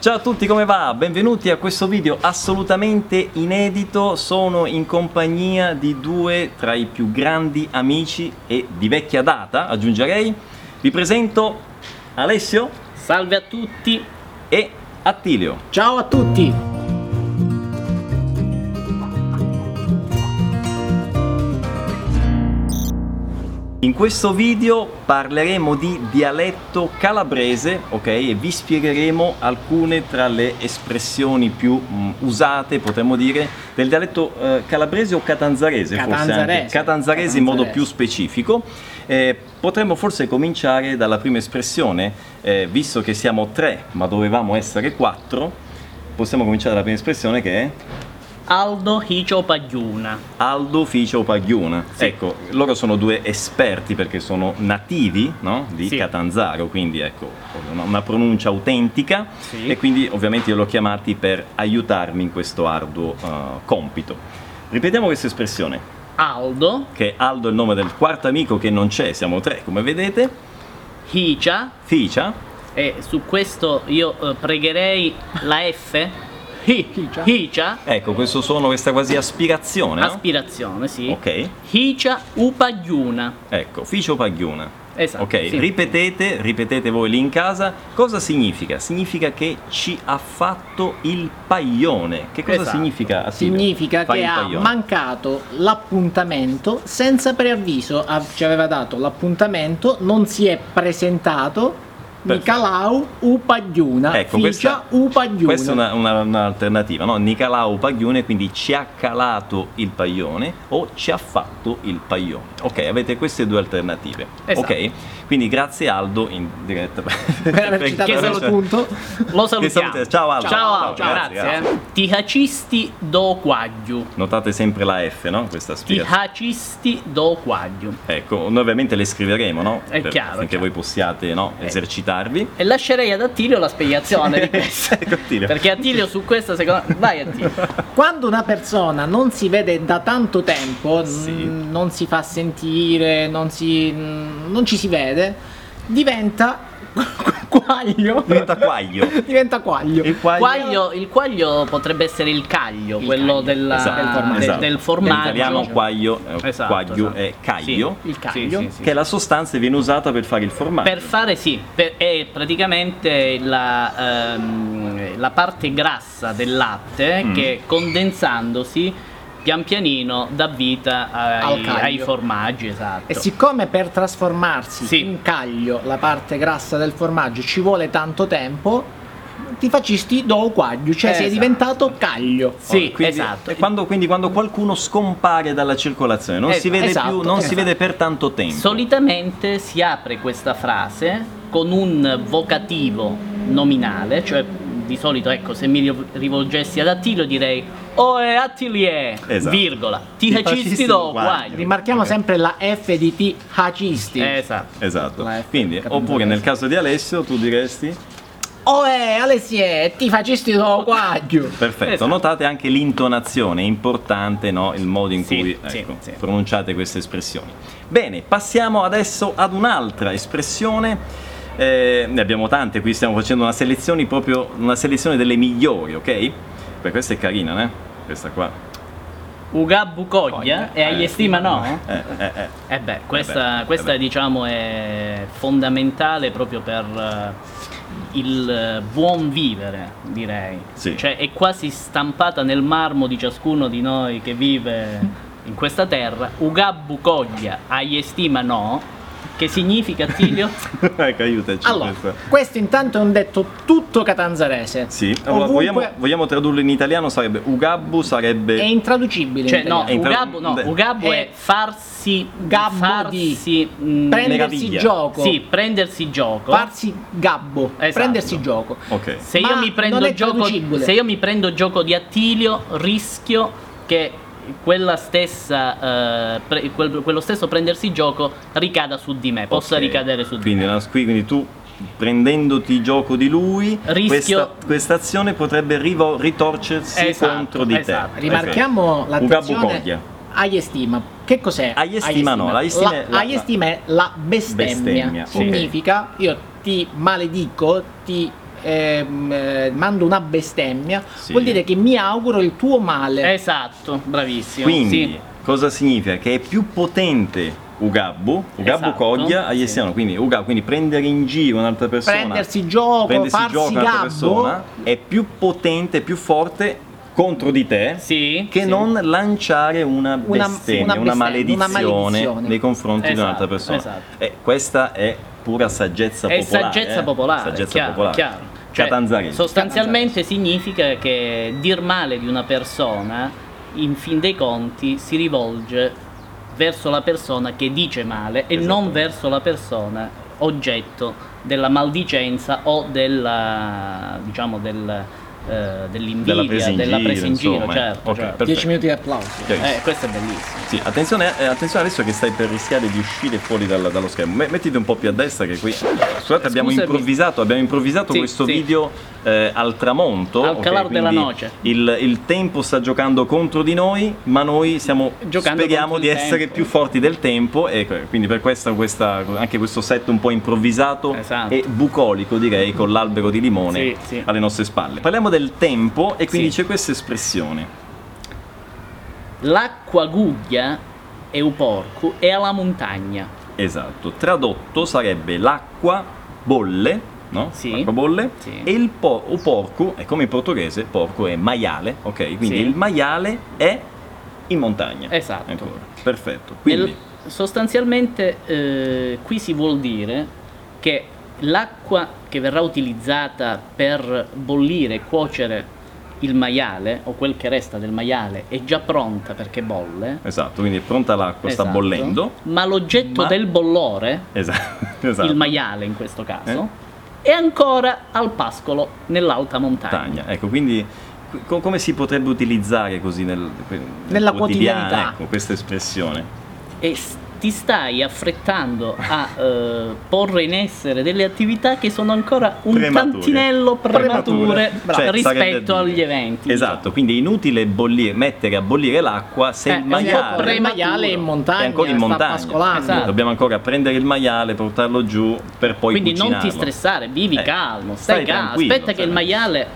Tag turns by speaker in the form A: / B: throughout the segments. A: Ciao a tutti, come va? Benvenuti a questo video assolutamente inedito. Sono in compagnia di due tra i più grandi amici e di vecchia data, aggiungerei. Vi presento Alessio
B: Salve a tutti!
A: e Attilio.
B: Ciao a tutti!
A: In questo video parleremo di dialetto calabrese, ok? E vi spiegheremo alcune tra le espressioni più mm, usate, potremmo dire, del dialetto eh, calabrese o catanzarese, forse anche.
B: Catanzarese.
A: Catanzarese in modo
B: Catanzarese.
A: più specifico. Eh, potremmo forse cominciare dalla prima espressione, eh, visto che siamo tre, ma dovevamo essere quattro, possiamo cominciare dalla prima espressione che è
B: Aldo Hicio Pagliuna.
A: Aldo Ficio Paghiuna.
B: Sì.
A: Ecco, loro sono due esperti perché sono nativi no? di
B: Sì.
A: Catanzaro, quindi ecco, una, una pronuncia autentica
B: Sì.
A: e quindi ovviamente io l'ho chiamati per aiutarmi in questo arduo eh, compito. Ripetiamo questa espressione,
B: Aldo
A: che Aldo è il nome del quarto amico che non c'è, siamo tre come vedete,
B: Hicia
A: Ficia,
B: e su questo io eh, pregherei la F. Hicia.
A: ecco questo suono, questa quasi aspirazione, no?
B: Aspirazione, sì.
A: ok,
B: Hicia Upagliuna.
A: ecco, Ficio Paghiuna.
B: Esatto.
A: Ok,
B: sì.
A: ripetete, ripetete voi lì in casa. Cosa significa? Significa che ci ha fatto il paglione. Che cosa
B: Esatto.
A: significa? Attilio?
C: Significa
A: Fai
C: che
A: il
C: ha
A: paglione.
C: mancato l'appuntamento senza preavviso. Ah, Ci aveva dato l'appuntamento, non si è presentato.
A: Perfetto.
C: Nicolau Upagliuna.
A: Ecco, questa-
C: Ficia Upagliuna.
A: Questa è una- una- un'alternativa, no? Nicolau Paglione, quindi ci ha calato il paglione o ci ha fatto il paglione. Ok, avete queste due alternative.
B: Esatto.
A: Ok? Quindi grazie Aldo in diretta.
C: Per aver citato
B: Perché-
C: solo punto.
B: Lo
A: Che
B: salutiamo.
A: salute- Ciao Aldo.
B: Ciao, Aldo,
A: grazie,
B: grazie.
A: grazie.
B: eh. Tihacisti do quagliu.
A: Notate sempre la F, no? Questa spiegazione.
B: Tihacisti do quagliu.
A: Ecco, noi ovviamente le scriveremo, no?
B: È chiaro,
A: Affinché
B: chiaro.
A: voi possiate no, esercitarvi.
B: E lascerei ad Attilio la spiegazione di questa.
A: Ecco, Attilio.
B: Perché Attilio su questa secondo Vai Attilio.
C: Quando una persona non si vede da tanto tempo,
A: Sì.
C: mh, non si fa sentire, non, si, mh, non ci si vede, diventa quaglio.
A: Diventa quaglio.
C: Diventa quaglio.
A: Il quaglio,
B: Quaglio- il quaglio potrebbe essere il caglio,
C: Il
B: quello
C: caglio.
B: della-
A: Esatto,
B: del, forma-
A: esatto.
B: del formaggio.
A: In italiano quaglio, eh,
B: Esatto,
A: quaglio
B: esatto.
A: è caglio,
B: Sì,
C: Il caglio.
B: sì, sì, sì.
A: che è la sostanza che viene usata per fare il formaggio.
B: Per fare sì, per- è praticamente la, ehm, la parte grassa del latte
A: Mm.
B: che condensandosi pian pianino dà vita
C: Al
B: ai,
C: caglio.
B: ai formaggi, esatto.
C: E siccome per trasformarsi
B: Sì.
C: in caglio la parte grassa del formaggio ci vuole tanto tempo, ti facisti do quaglio, cioè sei
B: Esatto.
C: diventato caglio.
B: Sì,
A: Oh, quindi-
B: esatto.
A: e quando- quindi quando qualcuno scompare dalla circolazione, non si
B: Esatto,
A: vede
C: esatto,
A: più, non si
C: esatto.
A: vede per tanto tempo.
B: Solitamente si apre questa frase con un vocativo nominale, cioè di solito ecco se mi ri- rivolgessi ad Attilio direi Oe Attilie,
A: Esatto.
B: virgola, ti
A: Ti facisti
B: cacisti do
A: guaglio.
B: guaglio.
C: Rimarchiamo
A: Ok.
C: sempre la F di T hacisti.
B: Esatto.
A: Esatto.
C: La F,
A: Quindi,
C: capito
A: oppure
C: adesso.
A: nel caso di Alessio, tu diresti?
C: Oh eh, Alessie, ti facisti do quaglio.
A: Perfetto,
B: Esatto.
A: notate anche l'intonazione, è importante no? il modo in
B: Sì,
A: cui
B: sì,
A: ecco,
B: sì.
A: pronunciate queste espressioni. Bene, passiamo adesso ad un'altra espressione. Eh, ne abbiamo tante, qui stiamo facendo una selezione proprio una selezione delle migliori, ok? Beh, questa è carina, eh? Questa qua.
B: Ugabbu coglia e agli
A: Eh,
B: estima no?
A: Eh, eh, eh.
B: Eh beh, questa,
A: Vabbè,
B: questa
A: vabbè.
B: diciamo è fondamentale proprio per eh, il eh, buon vivere, direi.
A: Sì.
B: Cioè è quasi stampata nel marmo di ciascuno di noi che vive in questa terra. Ugabbu coglia, agli estima no, che significa Tilio?
A: ecco, aiutaci.
C: Allora,
A: questa.
C: questo intanto è un detto tutto catanzarese.
A: Sì, allora,
C: Ovunque-
A: vogliamo, vogliamo tradurlo in italiano, sarebbe Ugabbu, sarebbe...
C: È intraducibile.
B: cioè
C: in
B: no,
C: italiano.
A: Entra-
B: Ugabbu, no,
A: Beh.
B: Ugabbu è
C: Eh,
B: farsi,
C: gabbo
B: farsi mm,
C: Prendersi
A: meraviglia.
C: gioco.
B: sì, prendersi gioco.
C: Farsi gabbo.
B: Esatto.
C: Prendersi gioco.
A: Ok.
B: Se
C: Ma
B: io, mi
C: non
B: prendo
C: è
B: gioco,
C: traducibile.
B: se io mi prendo gioco di Attilio, rischio che quella stessa, eh, pre- quel- quello stesso prendersi gioco ricada su di me, possa
A: Ok.
B: ricadere su di me.
A: quindi, una- qui- quindi tu prendendoti gioco di lui,
B: Rischio-
A: questa, questa azione potrebbe rivo- ritorcersi
B: Esatto,
A: contro di
B: esatto.
A: te.
C: Rimarchiamo
A: Ok. Ugabu
C: l'attenzione
A: Coglia.
C: agli estima. Che cos'è?
A: Agli estima no, agli estima è la-
C: La- agli estima è la bestemmia.
A: Bestemmia,
C: Significa io ti maledico, ti ehm, eh, mando una bestemmia,
A: Sì.
C: vuol dire che mi auguro il tuo male.
B: Esatto, bravissimo.
A: Quindi,
B: Sì.
A: cosa significa? Che è più potente Ugabbo, Ugabbo
B: Esatto,
A: Coglia,
B: sì.
A: Aiesiano, quindi Ugabbo, quindi prendere in giro un'altra persona,
C: Prendersi gioco,
A: prendersi
C: farsi
A: gioco a un'altra
C: gabbo.
A: persona, è più potente, più forte contro di te
B: Sì,
A: che
B: sì.
A: non lanciare una bestemmia,
C: Una- una
A: una,
C: bestemmia, una
A: maledizione
C: maledizione.
A: nei confronti di un'altra
B: Esatto,
A: persona.
B: esatto.
A: E questa è pura saggezza
B: È
A: popolare.
B: saggezza
A: eh?
B: popolare.
A: Saggezza
B: chiaro,
A: popolare.
B: chiaro. Cioè,
A: Catanzarese.
B: sostanzialmente significa che dir male di una persona, in fin dei conti, si rivolge verso la persona che dice male e non
A: Esattamente.
B: verso la persona oggetto della maldicenza o della, diciamo, del, eh, dell'invidia,
A: Della presa in
B: della
A: giro,
B: presa in giro,
A: insomma, eh.
B: certo.
A: Ok,
B: certo.
A: perfetto.
C: 10 minuti di applauso.
A: Chiarissimo.
B: Eh, questo è bellissimo.
A: Sì, attenzione, eh, attenzione adesso che stai per rischiare di uscire fuori dalla- dallo schermo. Me- mettiti un po' più a destra che qui. Scusate, abbiamo
B: Scusami.
A: improvvisato, abbiamo improvvisato
B: Sì,
A: questo
B: sì.
A: video eh, al tramonto.
B: Al
A: ok?
B: calar della
A: Quindi
B: noce.
A: Il, il tempo sta giocando contro di noi, ma noi siamo
B: Giocando
A: speriamo
B: contro
A: di
B: il
A: essere
B: tempo.
A: più forti del tempo. E que- quindi per questo questa- anche questo set un po' improvvisato
B: Esatto.
A: e bucolico, direi, con l'albero di limone
B: Sì, sì.
A: alle nostre spalle. Parliamo del tempo e quindi
B: Sì.
A: c'è questa espressione.
B: L'acqua guglia e uporcu è alla montagna.
A: Esatto, tradotto sarebbe l'acqua bolle, no?
B: Sì.
A: L'acqua bolle
B: Sì.
A: e il po- o porco, è come in portoghese, porco è maiale, ok? Quindi
B: Sì.
A: il maiale è in montagna.
B: Esatto.
A: Ancora. Perfetto. Quindi
B: Nel- sostanzialmente eh, qui si vuol dire che l'acqua che verrà utilizzata per bollire e cuocere il maiale o quel che resta del maiale è già pronta perché bolle.
A: esatto, quindi è pronta l'acqua, sta
B: Esatto.
A: bollendo.
B: Ma l'oggetto
A: Ma-
B: del bollore,
A: Esatto. esatto. Eh?
B: il maiale in questo caso, è ancora al pascolo nell'alta montagna.
A: Montagna. Ecco, quindi co- come si potrebbe utilizzare così nel, nel
C: Nella
A: quotidiano,
C: quotidianità.
A: ecco, questa espressione?
B: E s- ti stai affrettando a eh, porre in essere delle attività che sono ancora un
A: Premature.
B: tantinello premature,
A: Cioè, sarebbe
B: rispetto
A: da
B: agli
A: dire.
B: eventi.
A: Esatto, quindi è inutile bollire- mettere a bollire l'acqua se
B: Eh, è
A: il
B: un po'
A: maiale
C: Pre-
B: prematuro.
C: Il maiale è in montagna,
A: è ancora in montagna.
C: sta pascolando.
B: Esatto.
A: Dobbiamo ancora prendere il maiale, portarlo giù per poi
B: Quindi non
A: cucinarlo.
B: ti stressare, vivi
A: Eh,
B: calmo, stai,
A: stai
B: calmo,
A: tranquillo,
B: aspetta che
A: cioè,
B: il maiale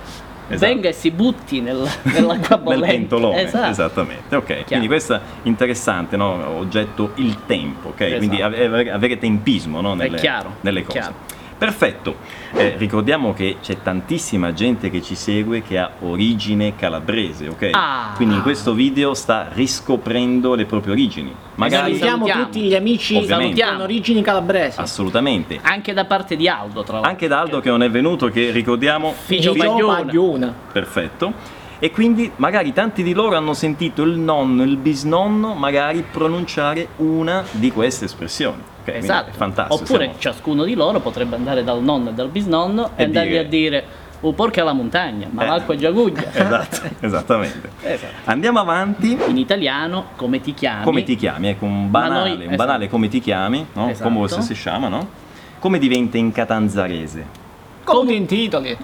A: Esatto.
B: venga e si butti nel, nell'acqua
A: Nel
B: bollente.
A: pentolone,
B: Esatto.
A: esattamente. Ok, quindi questo è interessante, no? oggetto il tempo, ok? Quindi
B: Esatto.
A: ave- avere tempismo no?
B: È
A: nelle,
B: chiaro,
A: nelle
B: è
A: cose.
B: chiaro.
A: Perfetto, Eh, ricordiamo che c'è tantissima gente che ci segue che ha origine calabrese, ok?
B: Ah.
A: Quindi in questo video sta riscoprendo le proprie origini. Magari
B: Esatto.
C: Salutiamo
B: salutiamo.
C: tutti gli amici
A: Ovviamente.
C: con origini calabresi.
A: assolutamente.
B: Anche da parte di Aldo, tra l'altro.
A: Anche da Aldo che non è venuto, che ricordiamo,
B: Figlio
C: Figlio
B: Baglione.
C: Baglione.
A: perfetto. E quindi magari tanti di loro hanno sentito il nonno, il bisnonno, magari pronunciare una di queste espressioni. ok? Quindi
B: Esatto.
A: è fantastico.
B: Oppure
A: siamo-
B: ciascuno di loro potrebbe andare dal nonno e dal bisnonno e,
A: E
B: andargli
A: dire-
B: a dire "Oh porca alla montagna, ma
A: Eh.
B: l'acqua è già guglia".
A: Esatto, esattamente.
B: Esatto.
A: Andiamo avanti.
B: In italiano come ti chiami?
A: Come ti chiami? Ecco, un
B: Ma
A: banale,
B: noi-
A: un banale
B: esatto.
A: come ti chiami, no?
B: Esatto.
A: Come se si chiama, no? Come diventa in catanzarese?
C: Come in titoli.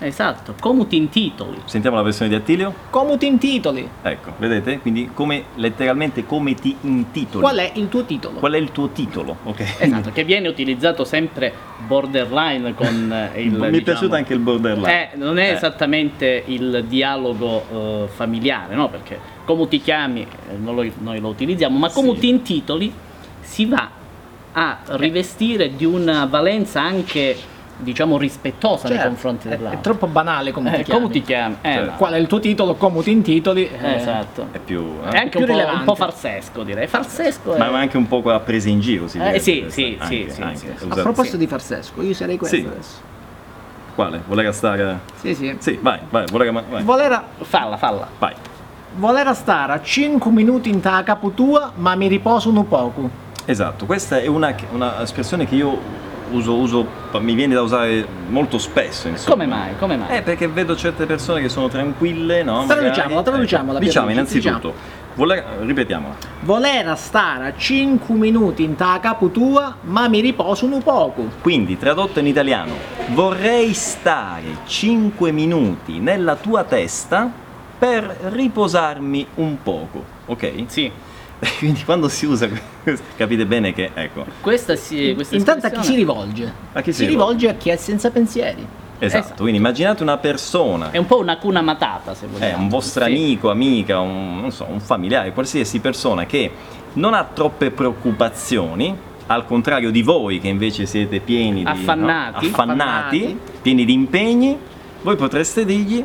B: Esatto, come ti intitoli?
A: Sentiamo la versione di Attilio?
C: Come in titoli.
A: Ecco, vedete? Quindi come, letteralmente come ti intitoli.
C: Qual è il tuo titolo?
A: Qual è il tuo titolo? Ok.
B: Esatto, che viene utilizzato sempre borderline con eh, il
A: Mi è
B: diciamo-
A: piaciuto anche il borderline.
B: Eh, non è
A: Eh.
B: esattamente il dialogo eh, familiare, no? Perché come ti chiami, eh, non lo- noi lo utilizziamo, ma come
A: Sì.
B: ti intitoli si va a rivestire di una valenza anche, diciamo, rispettosa nei
C: Certo,
A: Eh,
B: confronti
C: è-
B: dell'altro.
C: È troppo banale come
B: Eh,
C: ti chiami.
B: come ti chiami? Eh,
A: Certo.
B: no.
C: Qual è il tuo titolo? Come in titoli.
B: Eh,
C: eh,
B: esatto.
A: È più. eh?
B: È anche
C: più
B: un po', un
C: rilevante.
B: po' farsesco, direi. Farsesco è...
A: Ma ma anche un po' a presa in giro, si
B: Eh,
A: direbbe,
B: sì,
A: questa-
B: sì,
A: anche-
B: sì, sì,
A: anche,
B: sì.
A: è
B: A
C: A
A: usato-
C: proposito
B: sì.
C: di Farsesco, io sarei questo
A: Sì.
C: adesso.
A: Quale? Voleva stare.
C: Sì, sì.
A: Sì, vai, vai, voleva. ma- Vai.
C: Volera,
B: Falla, falla.
A: vai.
C: volera stare a 5 minuti in ta capo tua, ma mi riposo un poco.
A: Esatto, questa è una, una espressione che io uso, uso, mi viene da usare molto spesso. Insomma.
B: Come mai? Come mai?
A: Eh, perché vedo certe persone che sono tranquille, no?
C: Traduciamola,
A: Magari-
C: traduciamola,
A: Ecco. Diciamo
C: Pierluigi,
A: innanzitutto, voler, ripetiamola.
C: Volera stare a 5 minuti in ta capo tua, ma mi riposo un poco.
A: Quindi, tradotto in italiano, vorrei stare 5 minuti nella tua testa per riposarmi un poco, ok?
B: Sì.
A: Quindi quando si usa, questo- capite bene che, ecco,
B: Questa si questa
C: Intanto a chi si
B: espressione
C: rivolge?
A: A chi si
C: rivolge a chi è senza pensieri.
A: esatto.
B: Esatto.
A: Quindi immaginate una persona,
B: è un po' una cuna matata, se vogliamo.
A: eh, un vostro
B: Sì.
A: amico, amica, un, non so, un familiare, qualsiasi persona che non ha troppe preoccupazioni, al contrario di voi che invece siete pieni di... no? affannati,
B: Affannati.
C: Affannati.
A: pieni di impegni, voi potreste dirgli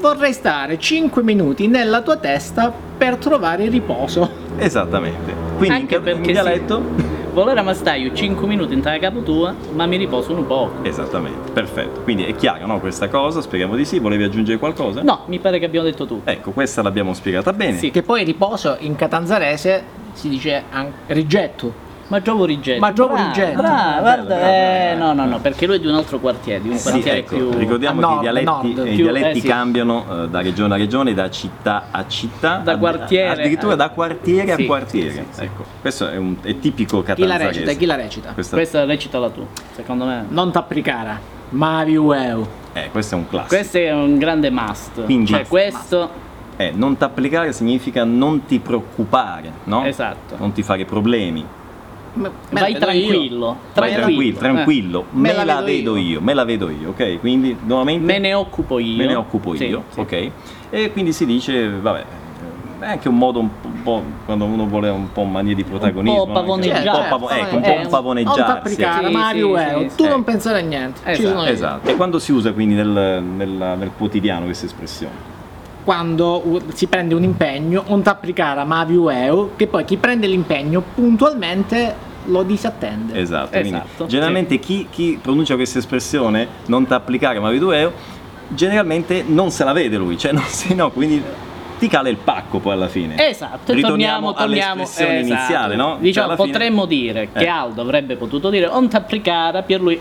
C: Vorrei stare 5 minuti nella tua testa per trovare il riposo.
A: esattamente. Quindi
B: Anche
A: in, ca- in
B: perché
A: dialetto...
B: Volere ma stai 5 minuti in capo tua, ma mi riposo un poco.
A: Esattamente, perfetto. Quindi è chiaro, no, questa cosa? Speriamo di sì. Volevi aggiungere qualcosa?
B: No, mi pare che abbiamo detto tutto.
A: Ecco, questa l'abbiamo spiegata bene.
B: Sì.
C: Che poi riposo in catanzarese si dice an- rigetto.
B: Ma Giovo Rigetto.
C: Ma Giovo
B: Bravo,
C: Rigetto.
B: bravo,
A: Bello,
B: guarda,
A: bravo,
B: eh,
A: bravo.
B: no, no, no, perché lui è di un altro quartiere, di un
A: Sì,
B: quartiere
A: ecco,
B: più
A: ricordiamo
C: a
A: che i
C: nord,
A: dialetti,
C: nord.
A: eh, i
B: Più-
A: dialetti
B: eh, sì.
A: cambiano eh, da regione a regione, da città a città,
B: Da
A: ad-
B: quartiere
A: addirittura
B: a-
A: da quartiere
B: Sì,
A: a quartiere.
B: sì, sì, sì.
A: Ecco, questo è, un, è tipico
C: Chi la
A: catanzarese.
C: recita? Chi la recita?
A: Questa,
B: Questa recitala tu, secondo me.
C: Non t'appricara. Mario Eu.
A: eh, questo è un classico.
B: Questo è un grande must.
A: Quindi-
B: cioè,
A: Must,
B: questo
A: Eh, non t'applicare significa non ti preoccupare, no?
B: Esatto.
A: Non ti fare problemi.
C: Me- me
B: vai
C: la vedo io.
B: tranquillo,
A: Vai tranquillo, tranquillo.
C: Me la vedo io.
A: me la vedo io, ok? Quindi
B: Eh,
A: nuovamente
B: Me ne occupo io.
A: me ne occupo
B: Sì,
A: io,
B: sì.
A: ok? E quindi si dice, vabbè, è anche un modo un po', un po' quando uno vuole un po' mania di protagonismo, anche-
B: pavoneggiare.
A: un po' pavo- ecco, un
B: Eh,
A: po'
B: un-
A: un
C: Certo. Non
A: pavoneggiarsi.
C: t'appricara,
B: Sì,
C: Mario
B: sì,
C: Eu.
B: sì,
C: tu
A: sì.
C: non pensare a niente. Ci
B: Esatto,
C: sono io.
A: Esatto. E quando si usa quindi nel, nella- nel quotidiano questa espressione?
C: Quando u- si prende un impegno, non t'appricara, Mario Eu, che poi chi prende l'impegno puntualmente lo disattende.
A: Esatto.
B: Esatto,
A: Quindi, generalmente chi, chi pronuncia questa espressione non t'applicare ma vedueo, generalmente non se la vede lui, cioè non si no, quindi ti cala il pacco poi alla fine.
B: Esatto, e
A: Ritorniamo
B: torniamo, torniamo
A: all'espressione iniziale, no?
B: Diciamo,
A: Cioè, alla fine-
B: potremmo dire
A: Eh.
B: che Aldo avrebbe potuto dire on t'applicara per lui,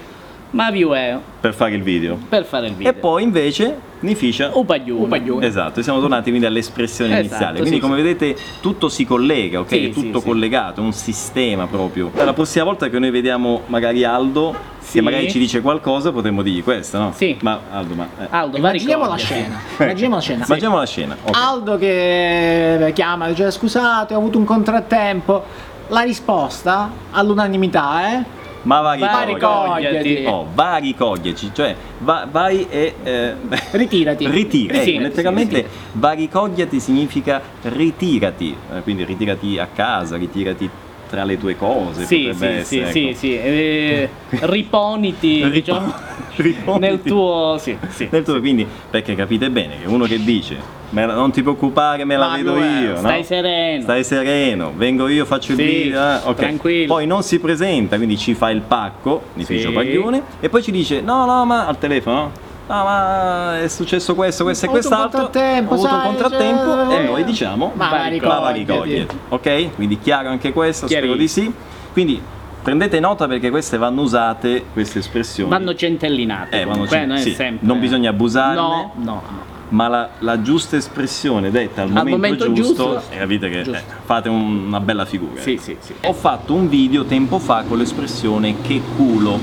B: ma vi è
A: Per fare il video.
B: per fare il video.
A: E poi invece nificia
B: Upaglione.
C: Upaglione.
A: Esatto, siamo tornati quindi all'espressione
B: Esatto,
A: iniziale.
B: sì,
A: Quindi,
B: sì.
A: come vedete, tutto si collega, ok?
B: Sì,
A: È tutto
B: sì, sì.
A: collegato, è un sistema proprio. La prossima volta che noi vediamo magari Aldo,
B: Sì.
A: che magari ci dice qualcosa, potremmo dirgli questo, no?
B: Sì. Ah,
A: Ma Aldo, ma. eh.
B: Aldo, va
C: Immaginiamo la
B: ricordati.
C: scena. Immaginiamo la scena.
A: Immaginiamo la scena. ok.
B: Ah,
C: Aldo che eh, chiama, dice scusate, ho avuto un contrattempo. La risposta all'unanimità eh, è
A: Ma vai,
B: Va,
A: ricogliere.
C: ricogliati.
A: Oh, va ricoglierci, cioè va- vai e eh,
C: ritirati.
A: ritira. Ecco,
B: Ritirati,
A: letteralmente
B: sì,
A: va ricogliati significa ritirati, eh, quindi ritirati a casa, ritirati tra le tue cose.
B: Sì,
A: potrebbe
B: sì, sì,
A: essere,
B: sì,
A: ecco.
B: sì. eh, riponiti,
A: Ripo-
B: diciamo,
A: riponiti.
B: nel tuo... Sì, sì.
A: Nel tuo- quindi, perché capite bene che uno che dice "Me la- non ti preoccupare, me la
C: Ma
A: vedo
C: dov'è?
A: io. no?
B: Stai sereno.
A: Stai sereno, vengo io, faccio il
B: Sì,
A: video. eh, ok.
B: tranquillo.
A: Poi non si presenta, quindi ci fa il pacco, Nificio
B: Sì.
A: Paglione, e poi ci dice: No, no, ma al telefono. no? No, ma è successo questo, questo e
C: Ho avuto un
A: quest'altro.
C: contrattempo,
A: Ho avuto un
C: sai,
A: contrattempo
C: cioè,
A: e noi diciamo:
C: ma
A: "Va,
C: vai,
A: va, va,
C: ricoglieti."
A: ricoglieti. Ok? Quindi chiaro anche questo, spero di sì. Quindi prendete nota perché queste vanno usate, queste espressioni.
B: Vanno centellinate.
A: Eh, vanno
B: comunque,
A: cent-
B: non è
A: sì,
B: sempre-
A: non bisogna abusarne.
B: No, no, no.
A: Ma la, la giusta espressione detta al, momento,
B: momento
A: giusto,
B: giusto.
A: eh, capite che
C: Giusto.
A: eh, fate un- una bella figura.
B: Sì, sì, sì.
A: Ho fatto un video tempo fa con l'espressione che culo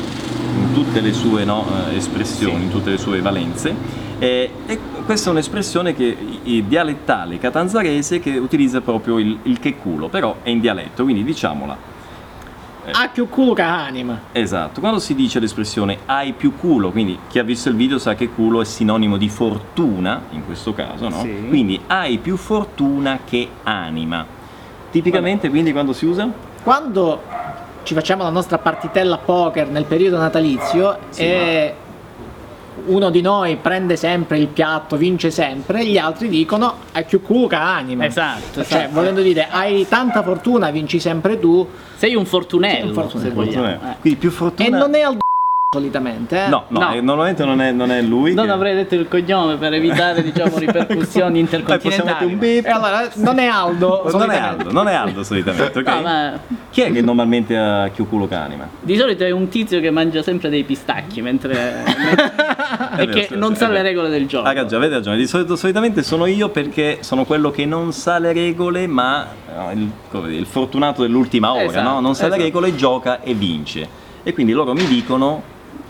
A: in tutte le sue no, eh, espressioni,
B: Sì.
A: in tutte le sue valenze. eh, e questa è un'espressione che, i- i- dialettale catanzarese che utilizza proprio il, il che culo, però è in dialetto, quindi diciamola.
C: Ha più culo che anima.
A: Esatto, quando si dice l'espressione hai più culo, quindi chi ha visto il video sa che culo è sinonimo di fortuna, in questo caso, no?
B: Sì.
A: Quindi hai più fortuna che anima. Tipicamente quindi quando si usa?
C: Quando ci facciamo la nostra partitella poker nel periodo natalizio
A: Sì,
C: e uno di noi prende sempre il piatto, vince sempre, gli altri dicono hai più culo che anima.
B: Esatto,
C: Cioè,
B: esatto.
C: volendo dire, hai tanta fortuna, vinci sempre tu.
B: Sei un fortunello,
C: Sei un fortunello.
B: se vogliamo.
A: Fortuna.
B: Eh.
A: Quindi più fortuna...
C: E non è al d- solitamente, eh?
A: No, no,
B: No.
A: eh, normalmente non è, non è lui.
B: Non
A: che-
B: avrei detto il cognome per evitare, diciamo, ripercussioni
A: Poi possiamo mettere
B: intercontinentali.
A: un bip.
C: E allora, non è Aldo.
A: Non è
C: solitamente.
A: Aldo, non è Aldo solitamente, ok?
B: No, ma
A: Chi è che normalmente ha più culo che anima?
B: di solito è un tizio che mangia sempre dei pistacchi mentre e
A: vero,
B: che
A: sì,
B: non
A: sì,
B: sa
A: è
B: le
A: vero.
B: regole del gioco.
A: Ah, ragione, avete ragione. Di solito, solitamente sono io perché sono quello che non sa le regole, ma eh, il, come dire, il fortunato dell'ultima ora,
B: Esatto,
A: no? Non sa le
B: esatto.
A: regole, gioca e vince. E quindi loro mi dicono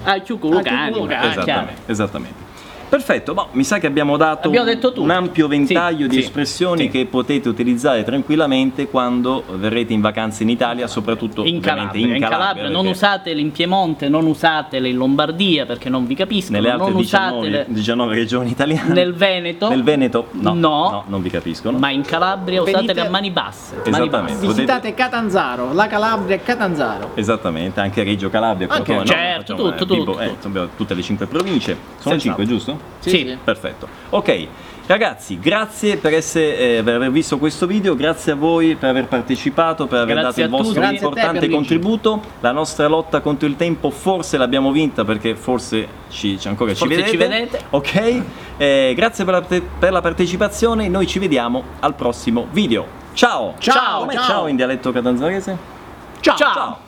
B: Ah, Chiuco Lucani.
C: Chiuco Lucani.
B: ah, chiaro.
A: esatto. esattamente, esattamente. Perfetto, boh, mi sa che abbiamo dato
B: Abbiamo
A: un-
B: detto tutto.
A: un ampio ventaglio
B: Sì,
A: di
B: sì,
A: espressioni
B: sì.
A: che potete utilizzare tranquillamente quando verrete in vacanza in Italia, soprattutto
B: in
A: ovviamente
B: Calabria, in Calabria, non
A: perché
B: usatele in Piemonte, non usatele in Lombardia perché non vi capiscono,
A: nelle altre
B: non
A: 19,
B: usatele
A: 19 regioni italiane.
B: nel Veneto,
A: Nel Veneto no,
B: No.
A: no, non vi capiscono.
B: ma in Calabria
C: Venite-
B: usatele a mani basse. mani
A: Esattamente.
B: basse.
A: potete-
C: Visitate Catanzaro, la Calabria e Catanzaro.
A: Esattamente, anche Reggio Calabria,
C: Anche-
A: Crotone,
B: certo,
A: facciamo,
B: tutto,
A: Vibo-
B: tutto,
A: eh,
B: tutto.
A: abbiamo tutte le cinque province. Sono
B: Senz'altro.
A: cinque, giusto?
B: Sì,
C: Sì,
B: sì.
C: sì.
A: Perfetto. Ok, ragazzi, grazie per, essere, eh, per aver visto questo video, grazie a voi per aver partecipato, per aver
B: Grazie
A: dato il
B: a tutti.
A: vostro
C: Grazie a te,
A: importante
C: Pierluigi.
A: contributo. La nostra lotta contro il tempo forse l'abbiamo vinta perché forse ci, ci- ancora
B: Forse
A: ci
B: ci
A: vedete.
B: vedete.
A: Ok, Eh, grazie per la, parte- per la partecipazione, noi ci vediamo al prossimo video. Ciao!
C: Ciao,
A: Come
C: ciao.
A: ciao in dialetto catanzarese?
B: Ciao.
A: ciao.